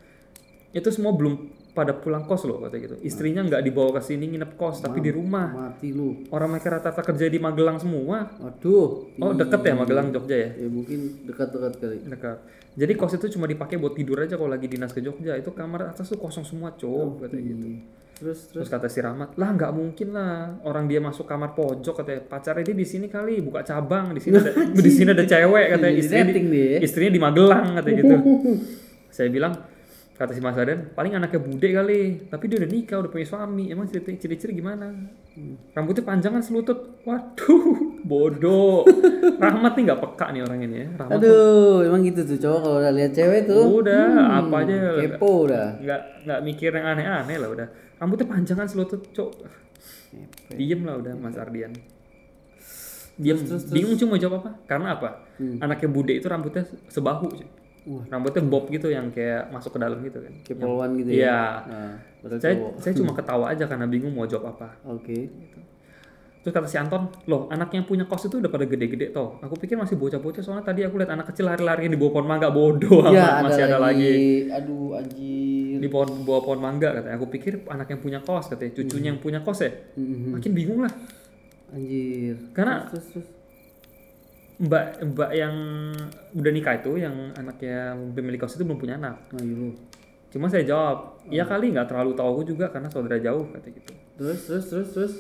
S2: itu semua belum pada pulang kos loh katanya gitu istrinya nggak dibawa ke sini nginep kos tapi di rumah
S1: Mati lu.
S2: orang mereka rata-rata kerja di Magelang semua
S1: Aduh.
S2: oh deket
S1: Iya.
S2: ya Magelang Jogja ya
S1: Ya mungkin dekat-dekat kali.
S2: dekat jadi kos itu cuma dipakai buat tidur aja kalau lagi dinas ke Jogja itu kamar atas tuh kosong semua cowok katanya gitu
S1: Iya. Terus terus
S2: Terus kata si Rahmat, lah nggak mungkin lah orang dia masuk kamar pojok katanya pacarnya dia di sini kali buka cabang di sini ada, di sini ada cewek katanya
S1: Jadi
S2: istrinya di,
S1: rating Iya, dia. ya.
S2: istrinya di Magelang katanya gitu. Saya bilang kata si Mas Aden paling anaknya bude kali tapi dia udah nikah udah punya suami emang ciri- ciri-ciri gimana rambutnya panjang kan selutut waduh bodoh Rahmat nih nggak peka nih orang ini ya Rahmat
S1: Aduh, emang gitu tuh cowok kalau udah lihat cewek tuh Hmm,
S2: udah apa aja
S1: kepo udah.
S2: nggak nggak mikir yang aneh-aneh lah udah rambutnya panjang kan selutut cok
S1: ya?
S2: diem lah udah Mas Ardian diem bingung cuma jawab apa karena apa anaknya Bude itu rambutnya sebahu cuy.
S1: Hmm. Wah.
S2: rambutnya bob gitu yang kayak masuk ke dalam gitu kan
S1: Kepolwan gitu ya.
S2: iya
S1: Nah, padahal
S2: saya
S1: cowok. Hmm.
S2: saya cuma ketawa aja karena bingung mau jawab apa
S1: Oke.
S2: terus kata si Anton loh anak yang punya kos itu udah pada gede-gede toh aku pikir masih bocah-bocah soalnya tadi aku lihat anak kecil lari-lari di bawah pohon mangga bodoh
S1: Iya,
S2: amat. masih ada lagi
S1: Aduh, anjir.
S2: di pohon bawah pohon mangga katanya aku pikir anak yang punya kos katanya cucunya yang punya kos ya
S1: Mhm.
S2: makin bingung lah
S1: Anjir.
S2: Karena-
S1: terus, terus, terus.
S2: mbak mbak yang udah nikah itu yang anaknya pemilik kos itu belum punya anak
S1: Nah, iya lu.
S2: cuma saya jawab iya kali nggak terlalu tahu aku juga karena saudara jauh katanya gitu
S1: Terus, terus, terus, terus.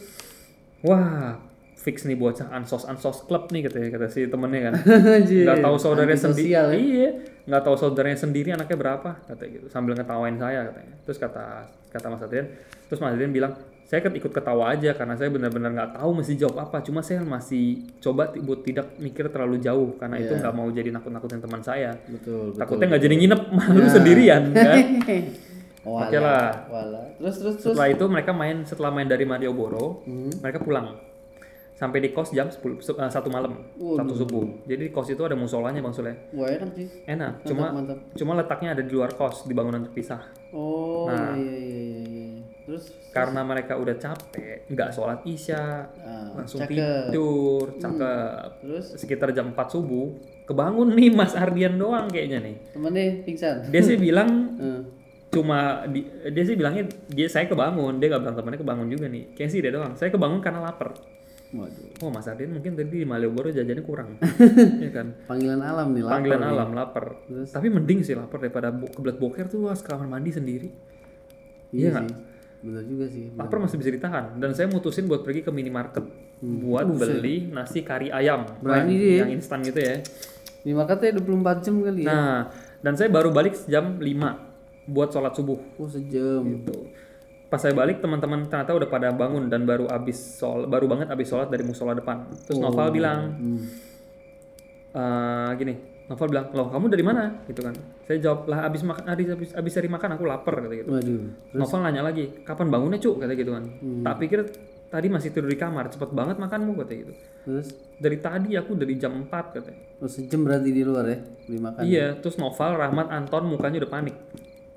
S2: wah fix nih bocah ansos ansos club nih katanya kata si temennya kan
S1: Anjir.
S2: nggak tahu saudaranya sendiri
S1: Iya. Antisosial ya.
S2: iya nggak tahu saudaranya sendiri anaknya berapa katanya gitu sambil ngetawain saya katanya terus kata kata Mas Adrian terus Mas Adrian bilang saya ikut ketawa aja karena saya benar-benar nggak tahu mesti jawab apa cuma saya masih coba ti- buat tidak mikir terlalu jauh karena itu
S1: Iya.
S2: nggak mau jadi nakut-nakutin teman saya
S1: Betul, betul. Nah.
S2: takutnya nggak jadi nginep malu sendirian kan
S1: Wala,
S2: Oke lah.
S1: Wala. Terus, terus, terus.
S2: setelah itu mereka main setelah main dari Malioboro
S1: Hmm.
S2: mereka pulang sampai di kos jam 10, se- eh, satu malam satu subuh jadi di kos itu ada musolanya bang Sule
S1: Wah, enak sih.
S2: enak
S1: Mantap,
S2: cuma
S1: mantap.
S2: cuma letaknya ada di luar kos di bangunan terpisah
S1: Oh,
S2: Nah.
S1: iya, iya, iya, iya. Terus,
S2: karena mereka udah capek nggak sholat isya
S1: nah,
S2: langsung
S1: cakep. Hmm.
S2: tidur cakep
S1: Terus,
S2: sekitar jam 4 subuh kebangun nih Mas Ardian doang kayaknya nih
S1: temennya pingsan.
S2: dia sih bilang
S1: Eh,
S2: cuma di- dia sih bilangnya dia saya kebangun dia nggak bilang temannya kebangun juga nih kayaknya sih dia doang saya kebangun karena lapar
S1: Waduh.
S2: oh Mas Ardian mungkin tadi di Malioboro jajannya kurang Iya kan
S1: Panggilan alam nih, lapar
S2: panggilan
S1: nih.
S2: alam lapar tapi mending sih lapar daripada bo- kebelet boker tuh wah, ke kamar mandi sendiri
S1: Iya
S2: Iya nggak?
S1: Bener juga sih.
S2: Lapar masih bisa ditahan dan saya mutusin buat pergi ke minimarket buat beli nasi kari ayam.
S1: Hmm. Berani
S2: yang,
S1: dia.
S2: yang instan gitu ya.
S1: Di marketnya 24 jam kali ya.
S2: Nah, dan saya baru balik jam 5 buat sholat subuh
S1: Oh sejam.
S2: gitu. Pas saya balik teman-teman ternyata udah pada bangun dan baru abis sol baru banget abis sholat dari musola depan. Terus Noval bilang,
S1: Oh. Hmm.
S2: eh gini, Noval bilang, loh kamu dari mana? Gitu kan. Saya jawab lah abis makan abis abis, abis dari makan aku lapar kata gitu.
S1: Waduh.
S2: Novel nanya lagi, kapan bangunnya cuk? Kata gitu kan.
S1: Hmm.
S2: Tak pikir tadi masih tidur di kamar, cepet banget makanmu kata gitu.
S1: Terus
S2: Dari tadi aku dari jam 4 katanya.
S1: oh, sejam berarti di luar ya beli makan.
S2: Iya, terus Novel, Rahmat, Anton mukanya udah panik.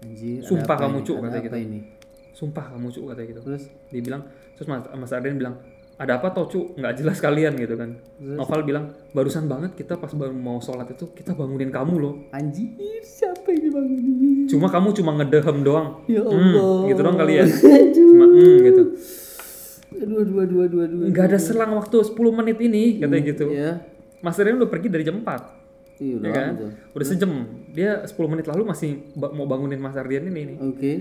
S1: Anjir. ada
S2: Sumpah
S1: apa
S2: kamu,
S1: ini?
S2: Cuk,
S1: Ada
S2: katanya
S1: apa ini?
S2: Sumpah kamu cuk katanya gitu.
S1: Terus
S2: Dia bilang, terus Mas, Mas Arden bilang, ada apa toh cuk? Nggak jelas kalian gitu kan. Novel bilang, barusan banget kita pas baru mau sholat itu kita bangunin kamu loh.
S1: anjir siapa ini bangunin?
S2: Cuma kamu cuma ngedehem doang.
S1: Ya
S2: Hmm,
S1: Allah.
S2: gitu doang kali ya. Cuma hmm gitu.
S1: Aduh aduh aduh aduh aduh.
S2: Nggak ada selang waktu 10 menit ini katanya gitu.
S1: Ya.
S2: Mas Arden udah pergi dari jam 4.
S1: Iya
S2: ya
S1: udah
S2: kan?
S1: tuh.
S2: Udah sejam. Dia 10 menit lalu masih ba- mau bangunin Mas Ardian ini nih.
S1: Oke.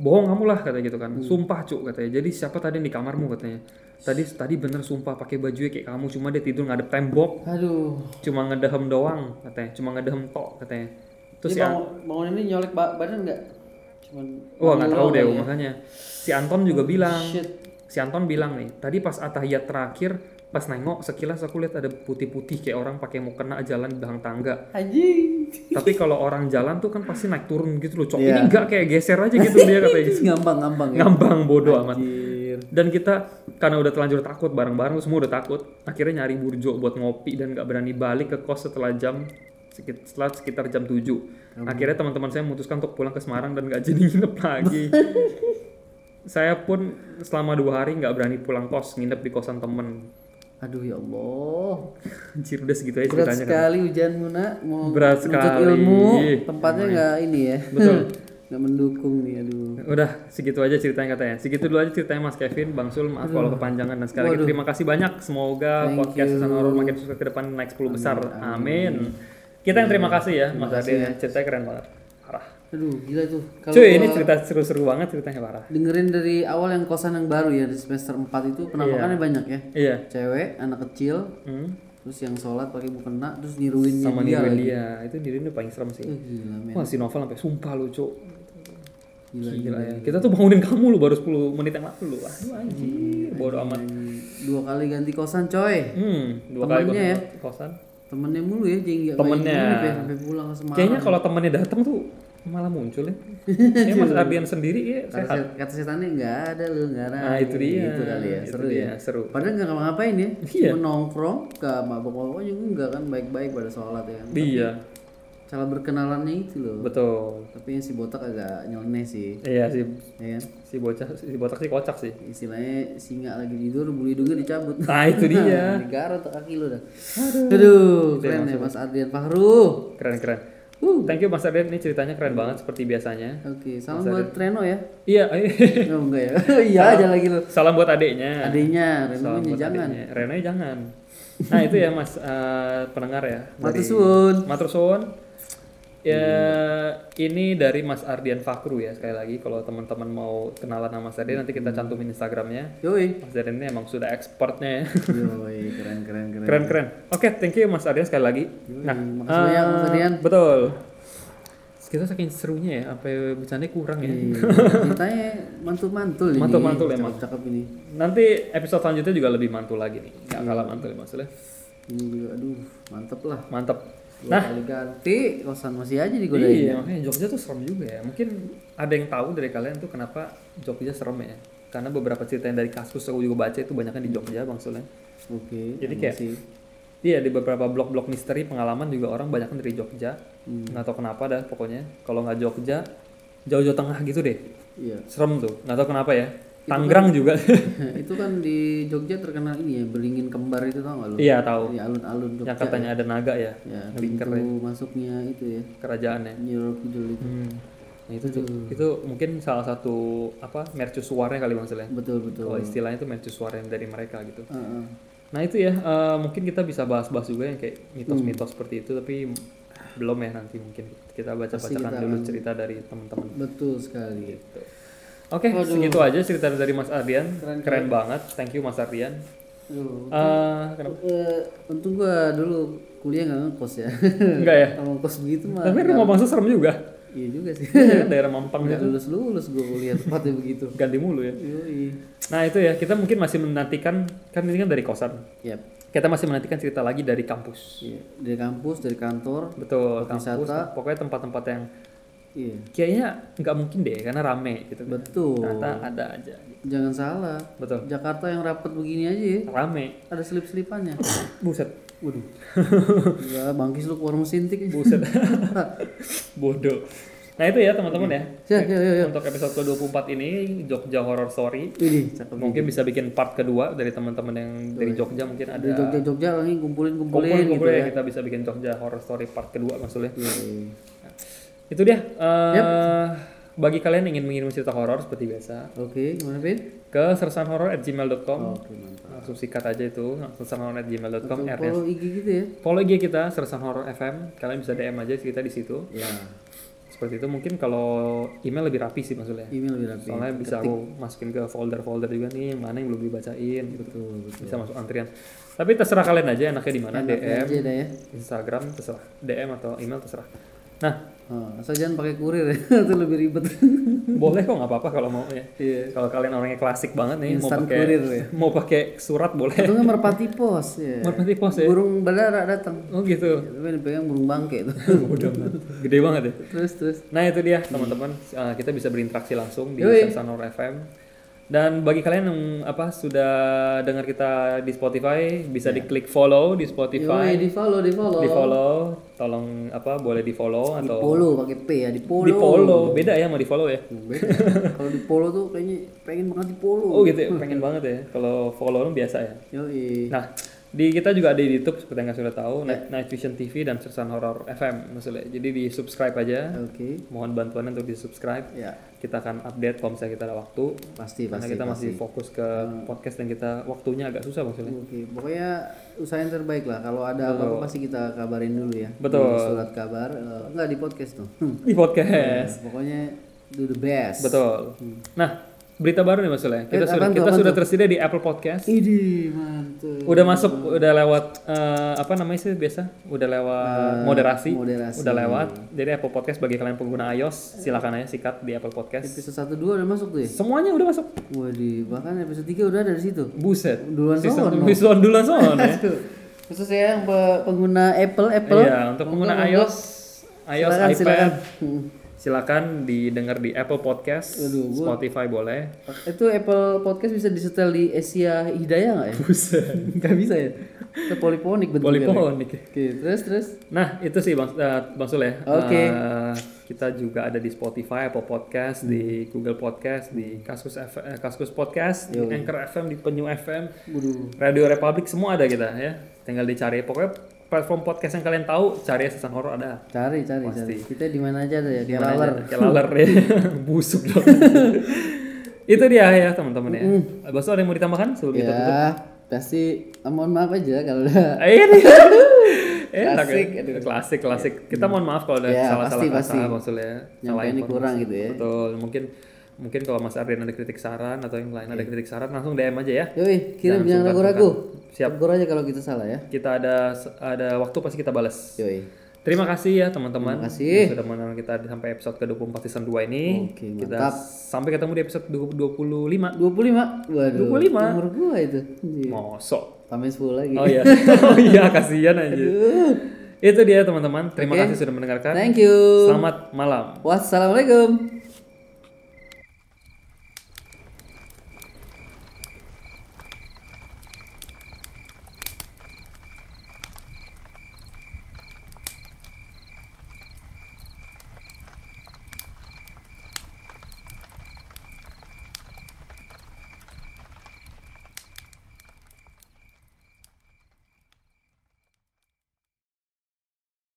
S2: Bohong kamu lah katanya gitu
S1: Hmm.
S2: kan. Sumpah cuk katanya. Jadi siapa tadi yang di kamarmu katanya? Tadi tadi bener sumpah pakai bajunya kayak kamu cuma dia tidur ngadep tembok,
S1: Aduh.
S2: cuma ngedehem doang katanya. Cuma ngedehem tok katanya. Terus
S1: Terus
S2: ya,
S1: bangun, bangun ini nyolek ba- badan nggak? Cuman.
S2: wah nggak tahu
S1: doang
S2: deh
S1: kali ya? Oh,
S2: makanya. Si Anton juga bilang,
S1: Shit.
S2: si Anton bilang nih, tadi pas atahiyat terakhir pas nengok sekilas aku lihat ada putih-putih kayak orang pakai mukena jalan di belakang tangga.
S1: Anjing.
S2: tapi kalau orang jalan tuh kan pasti naik turun gitu loh cok
S1: Iya.
S2: ini enggak kayak geser aja gitu dia katanya gitu.
S1: Ngambang-ngambang ya.
S2: ngambang bodoh amat
S1: Anjir.
S2: dan kita karena udah telanjur takut bareng-bareng semua udah takut akhirnya nyari burjo buat ngopi dan nggak berani balik ke kos setelah jam sekit- setelah sekitar jam 7 akhirnya teman-teman saya memutuskan untuk pulang ke Semarang dan nggak jadi nginep lagi saya pun selama dua hari nggak berani pulang kos nginep di kosan temen
S1: Aduh ya Allah.
S2: anjir udah segitu aja
S1: Berat
S2: ceritanya kan.
S1: sekali hujanmu nak mau
S2: Berat
S1: menuntut
S2: sekali.
S1: ilmu
S2: Ih,
S1: tempatnya nggak ini ya
S2: betul
S1: nggak mendukung nih aduh
S2: Udah, segitu aja ceritanya katanya. Segitu dulu aja ceritanya Mas Kevin, Bang Sul, maaf kalau kepanjangan. Dan sekali lagi terima kasih banyak. Semoga
S1: Thank
S2: podcast
S1: you.
S2: Susan Horror makin sukses ke depan naik 10 besar. Amin. Kita yang terima kasih ya, Mas Ade. Ceritanya keren banget. Parah.
S1: aduh gila tuh kalau
S2: Cuy, ini
S1: gua
S2: cerita seru-seru banget ceritanya parah.
S1: dengerin dari awal yang kosan yang baru ya di semester 4 itu penampakannya banyak ya
S2: Iya.
S1: cewek anak kecil
S2: Hmm.
S1: terus yang sholat pakai mukena terus niruin
S2: Sama
S1: dia
S2: niruin
S1: lagi.
S2: dia. Itu niruin dia paling serem sih.
S1: Eh, gila men
S2: Wah, si novel sampai sumpah lu, Cuk.
S1: gila,
S2: Gila ya. Kita tuh bangunin kamu lu baru 10 menit yang lalu. Aduh anjir, bodo amat.
S1: dua kali ganti kosan coy
S2: Hmm, dua kali gua
S1: Temennya
S2: ke kosan.
S1: temennya mulu ya jadi nggak kayak
S2: Temennya.
S1: gini, ya, sampai pulang ke Semarang
S2: Kayaknya kalau temennya datang tuh malah muncul ya. Kayaknya Mas
S1: Iya.
S2: Ardian sendiri ya
S1: kata,
S2: sehat.
S1: set- kata setannya nggak ada lu nggak ada
S2: Nah itu dia.
S1: Gitu kali ya
S2: Itu
S1: seru
S2: dia,
S1: ya
S2: Seru.
S1: Padahal nggak ngapa-ngapain ya,
S2: Iya.
S1: cuma nongkrong, gak mabok-mabok juga enggak kan, baik-baik pada sholat ya kan.
S2: Dia.
S1: Cara berkenalannya itu loh.
S2: Iya, Betul.
S1: Tapi yang si botak agak nyeleneh sih,
S2: Iya si
S1: ya kan.
S2: si bocah si botak sih kocak sih.
S1: Istilahnya singa lagi tidur, bulu hidungnya dicabut.
S2: Nah itu dia.
S1: Digarot tuh kaki lu dah. Aduh, keren ya Mas Ardian Fahru.
S2: Keren keren.
S1: Uh.
S2: Thank you Mas Ardian ini ceritanya keren banget seperti biasanya.
S1: Oke, salam buat Reno ya.
S2: Iya.
S1: Oh, enggak ya. Iya aja lagi lu.
S2: Salam buat adiknya.
S1: Adiknya, Reno
S2: Salam
S1: punya
S2: buat
S1: jangan.
S2: adiknya. Reno jangan. Nah itu ya Mas eh, pendengar ya.
S1: Matur suwun.
S2: Matur suwun. Ya,
S1: Hmm.
S2: ini dari Mas Ardian Fakru ya sekali lagi kalau teman-teman mau kenalan sama Mas Ardian nanti
S1: Hmm.
S2: kita cantumin Instagramnya.
S1: Yoi.
S2: Mas Ardian ini emang sudah expertnya ya.
S1: Iya. Yoi, keren keren keren.
S2: keren keren. Oke, thank you Mas Ardian sekali lagi. Nah,
S1: makasih banyak, Mas Ardian.
S2: Betul. Kita saking serunya ya, sampai bercandanya kurang ya.
S1: Iya. Ditanya mantul-mantul ini.
S2: Mantul-mantul emang.
S1: Cakep ini.
S2: Nanti episode selanjutnya juga lebih mantul lagi nih. Gak kalah mantul ya Mas Ardian.
S1: Ini juga aduh, mantep lah.
S2: Mantap.
S1: Dua
S2: Nah,
S1: kali ganti kosan masih aja digodain.
S2: Iya, makanya Jogja tuh serem juga ya. Mungkin ada yang tahu dari kalian tuh kenapa Jogja serem ya. Karena beberapa cerita yang dari kasus aku juga baca itu banyaknya di Jogja Bang Sul ya.
S1: Oke.
S2: Jadi
S1: emang
S2: kayak-
S1: sih.
S2: Iya, di beberapa blog-blog misteri pengalaman juga orang banyaknya dari Jogja.
S1: Hmm.
S2: Nggak tahu kenapa dah pokoknya. Kalau nggak Jogja, jauh-jauh tengah gitu deh.
S1: iya.
S2: Serem tuh. Nggak tahu kenapa ya. Tangerang juga.
S1: itu kan di Jogja terkenal ini ya, beringin kembar itu tau gak lu?
S2: iya, tahu.
S1: Di alun-alun Jogja.
S2: Yang katanya ada naga ya.
S1: ya,
S2: Ngelingker
S1: pintu masuknya itu ya.
S2: Kerajaannya.
S1: Nyerok kidul itu.
S2: Hmm. Nah, itu tuh, itu mungkin salah satu apa mercusuarnya kali Bang Sul ya.
S1: Betul betul.
S2: Kalau istilahnya itu mercusuar yang dari mereka gitu.
S1: Heeh.
S2: Nah itu ya, eh, mungkin kita bisa bahas-bahas juga yang kayak mitos-mitos
S1: Hmm.
S2: seperti itu, tapi belum ya nanti mungkin kita baca-bacakan dulu cerita dari teman-teman.
S1: Betul sekali.
S2: Oke,
S1: Waduh.
S2: segitu aja cerita dari Mas Ardian.
S1: Keren,
S2: Keren,
S1: keren.
S2: banget. Thank you Mas Ardian.
S1: Aduh.
S2: Eh, kenapa?
S1: Eh, untung gua dulu kuliah nggak ngekos ya.
S2: Enggak ya?
S1: Kalau ngekos begitu mah.
S2: Tapi rumah Bangsa serem juga.
S1: Iya juga sih.
S2: Iya, daerah Mampang
S1: Nggak
S2: itu.
S1: lulus lulus gua kuliah tempatnya begitu.
S2: Ganti mulu ya.
S1: Yoi.
S2: Nah, itu ya. Kita mungkin masih menantikan kan ini kan dari kosan.
S1: Yap.
S2: Kita masih menantikan cerita lagi dari kampus.
S1: Iya. Dari kampus, dari kantor.
S2: Betul,
S1: Tempat
S2: kampus.
S1: wisata.
S2: Pokoknya tempat-tempat yang
S1: Iya.
S2: kayaknya nggak mungkin deh karena rame gitu. kan.
S1: Betul.
S2: Ternyata ada aja.
S1: Jangan salah.
S2: Betul.
S1: Jakarta yang rapat begini aja ya.
S2: Rame.
S1: Ada selip-selipannya.
S2: Buset.
S1: Waduh. Gila, bangkis lu keluar mesin tik.
S2: Buset. Bodoh. Nah, itu ya teman-teman ya.
S1: Ya, ya, ya, ya.
S2: Untuk episode ke-24 ini Jogja Horror Story.
S1: Ini cakep.
S2: Mungkin bisa bikin part kedua dari teman-teman yang dari Jogja mungkin ada
S1: Iya. Dari Jogja Jogja lagi kumpulin kumpulin,
S2: kumpulin
S1: gitu ya.
S2: kumpulin
S1: Iya,
S2: ya. kita bisa bikin Jogja Horror Story part kedua maksudnya.
S1: Yoi.
S2: Itu dia. eh, Bagi kalian yang ingin mengirim cerita horor seperti biasa
S1: Oke, gimana Pin?
S2: ke sersanhoror@gmail.com.
S1: Oke, mantap.
S2: Langsung sikat aja itu sersanhoror@gmail.com
S1: Atau
S2: RS.
S1: Follow IG gitu ya.
S2: Follow IG kita Sersan Horor FM. Kalian bisa DM aja cerita di situ.
S1: Ya,
S2: Seperti itu mungkin kalau email lebih rapi sih maksudnya.
S1: email Iya, lebih rapi.
S2: Soalnya bisa aku masukin ke folder-folder juga nih yang mana yang belum dibacain gitu.
S1: Betul, betul.
S2: bisa masuk antrian. Tapi terserah kalian aja enaknya di mana DM,
S1: Iya. Aja dah ya.
S2: Instagram terserah, DM atau email terserah. Nah,
S1: Oh, asal jangan pakai kurir ya, itu lebih ribet.
S2: boleh kok nggak apa-apa kalau mau ya.
S1: Iya.
S2: Kalau kalian orangnya klasik banget nih
S1: Instant
S2: mau pakai
S1: kurir ya.
S2: mau pakai surat boleh.
S1: Itu nggak merpati pos ya.
S2: Merpati pos ya.
S1: Burung bandara datang.
S2: Oh gitu.
S1: Tapi yang dipegang burung bangke itu.
S2: Udah gede banget ya.
S1: terus terus.
S2: Nah, itu dia teman-teman, Eh, kita bisa berinteraksi langsung di
S1: Yoi.
S2: Sanor FM. Dan bagi kalian yang apa sudah dengar kita di Spotify, bisa diklik follow di Spotify.
S1: Iya. Yoi, di follow, di follow.
S2: di follow tolong apa boleh di follow atau
S1: Polo pakai P ya, di polo.
S2: di follow beda ya sama di follow ya
S1: Beda. Kalau di polo tuh kayaknya pengen banget di polo.
S2: oh gitu ya pengen banget ya kalau follow lu biasa ya
S1: Yoi.
S2: nah di kita juga ada di YouTube seperti yang kalian sudah
S1: Iya.
S2: tahu Night, Night Vision TV dan Sersan Horror FM maksudnya jadi di subscribe aja
S1: Oke.
S2: mohon bantuan untuk di subscribe
S1: Ya,
S2: kita akan update kalau misalnya kita ada waktu
S1: pasti
S2: karena
S1: pasti.
S2: kita
S1: pasti.
S2: masih fokus ke
S1: Hmm.
S2: podcast dan kita waktunya agak susah maksudnya
S1: Oke, pokoknya usaha yang terbaik lah. Kalau ada apa-apa pasti kita kabarin dulu ya.
S2: Betul.
S1: Di surat kabar, eh, enggak di podcast tuh. Hmm.
S2: di podcast
S1: Nah, pokoknya do the best.
S2: betul nah berita baru nih maksudnya
S1: Hmm.
S2: kita
S1: Eh,
S2: sudah
S1: apaan tuh,
S2: kita
S1: apaan
S2: sudah tersedia di Apple Podcast
S1: Ini mantep.
S2: udah masuk udah lewat eh, apa namanya sih biasa udah lewat moderasi.
S1: Eh, moderasi.
S2: udah lewat jadi Apple Podcast bagi kalian pengguna iOS silakan aja sikat di Apple Podcast
S1: Episode 1 2 udah masuk tuh ya.
S2: semuanya udah masuk
S1: Waduh, bahkan episode 3 udah ada di situ.
S2: buset
S1: Duluan
S2: season
S1: sono.
S2: season duluan sono ya
S1: Khusus ya yang pe- pengguna Apple Apple.
S2: iya untuk pengguna
S1: Monggo,
S2: iOS iOS
S1: Silakan,
S2: iPad
S1: silakan. Hmm.
S2: silakan didengar di Apple Podcast
S1: Aduh, gua-
S2: Spotify boleh
S1: monggo. Itu Apple Podcast bisa disetel di Asia Hidayah nggak ya?
S2: buset
S1: Nggak bisa ya. Itu poliponik bentuknya.
S2: poliponik ya.
S1: Oke, terus terus.
S2: Nah, itu sih Bang, eh, Bang Sul ya.
S1: Oke.
S2: Eh, kita juga ada di Spotify, Apple Podcast,
S1: Hmm.
S2: di Google Podcast, di Kaskus F- eh, Kaskus Podcast, di Anchor FM, di Penyu FM,
S1: Waduh.
S2: Radio Republik semua ada kita ya. Tinggal dicari pokoknya platform podcast yang kalian tahu, cari sesan horor ada.
S1: Cari, cari, cari. Kita di mana aja ada ya? Di
S2: Mana
S1: Laler.
S2: aja, kayak laler ya. Busuk dong. itu dia ya teman-teman ya. Bang Sul ada yang mau ditambahkan sebelum kita tutup?
S1: Ya, pasti eh, mohon maaf aja kalau udah
S2: Eh, ini. Enak
S1: Kan Klasik,
S2: ya. klasik, klasik. Kita mohon maaf kalau ada
S1: Ya,
S2: salah-salah
S1: pasti,
S2: kata
S1: pasti.
S2: maksudnya. Salah
S1: nyampainya
S2: informasi.
S1: kurang gitu ya.
S2: Betul. Mungkin mungkin kalau Mas Ardian ada kritik saran atau yang lain
S1: Iya.
S2: ada kritik saran langsung DM aja ya.
S1: Yoi, kirim jangan ragu-ragu. Siap. Tegur aja kalau kita salah ya.
S2: Kita ada ada waktu pasti kita balas.
S1: Yoi.
S2: Terima kasih ya teman-teman
S1: Terima kasih.
S2: yang sudah menonton kita sampai episode ke-24 season 2 ini.
S1: Oke,
S2: kita
S1: mantap.
S2: sampai ketemu di episode
S1: 25.
S2: 25.
S1: Waduh.
S2: 25.
S1: Umur gua itu. Iya.
S2: Mosok.
S1: Tambah 10 lagi.
S2: Oh iya. oh iya, kasihan aja. Itu dia teman-teman. Terima
S1: Oke.
S2: kasih sudah mendengarkan.
S1: Thank you.
S2: Selamat malam.
S1: Wassalamualaikum.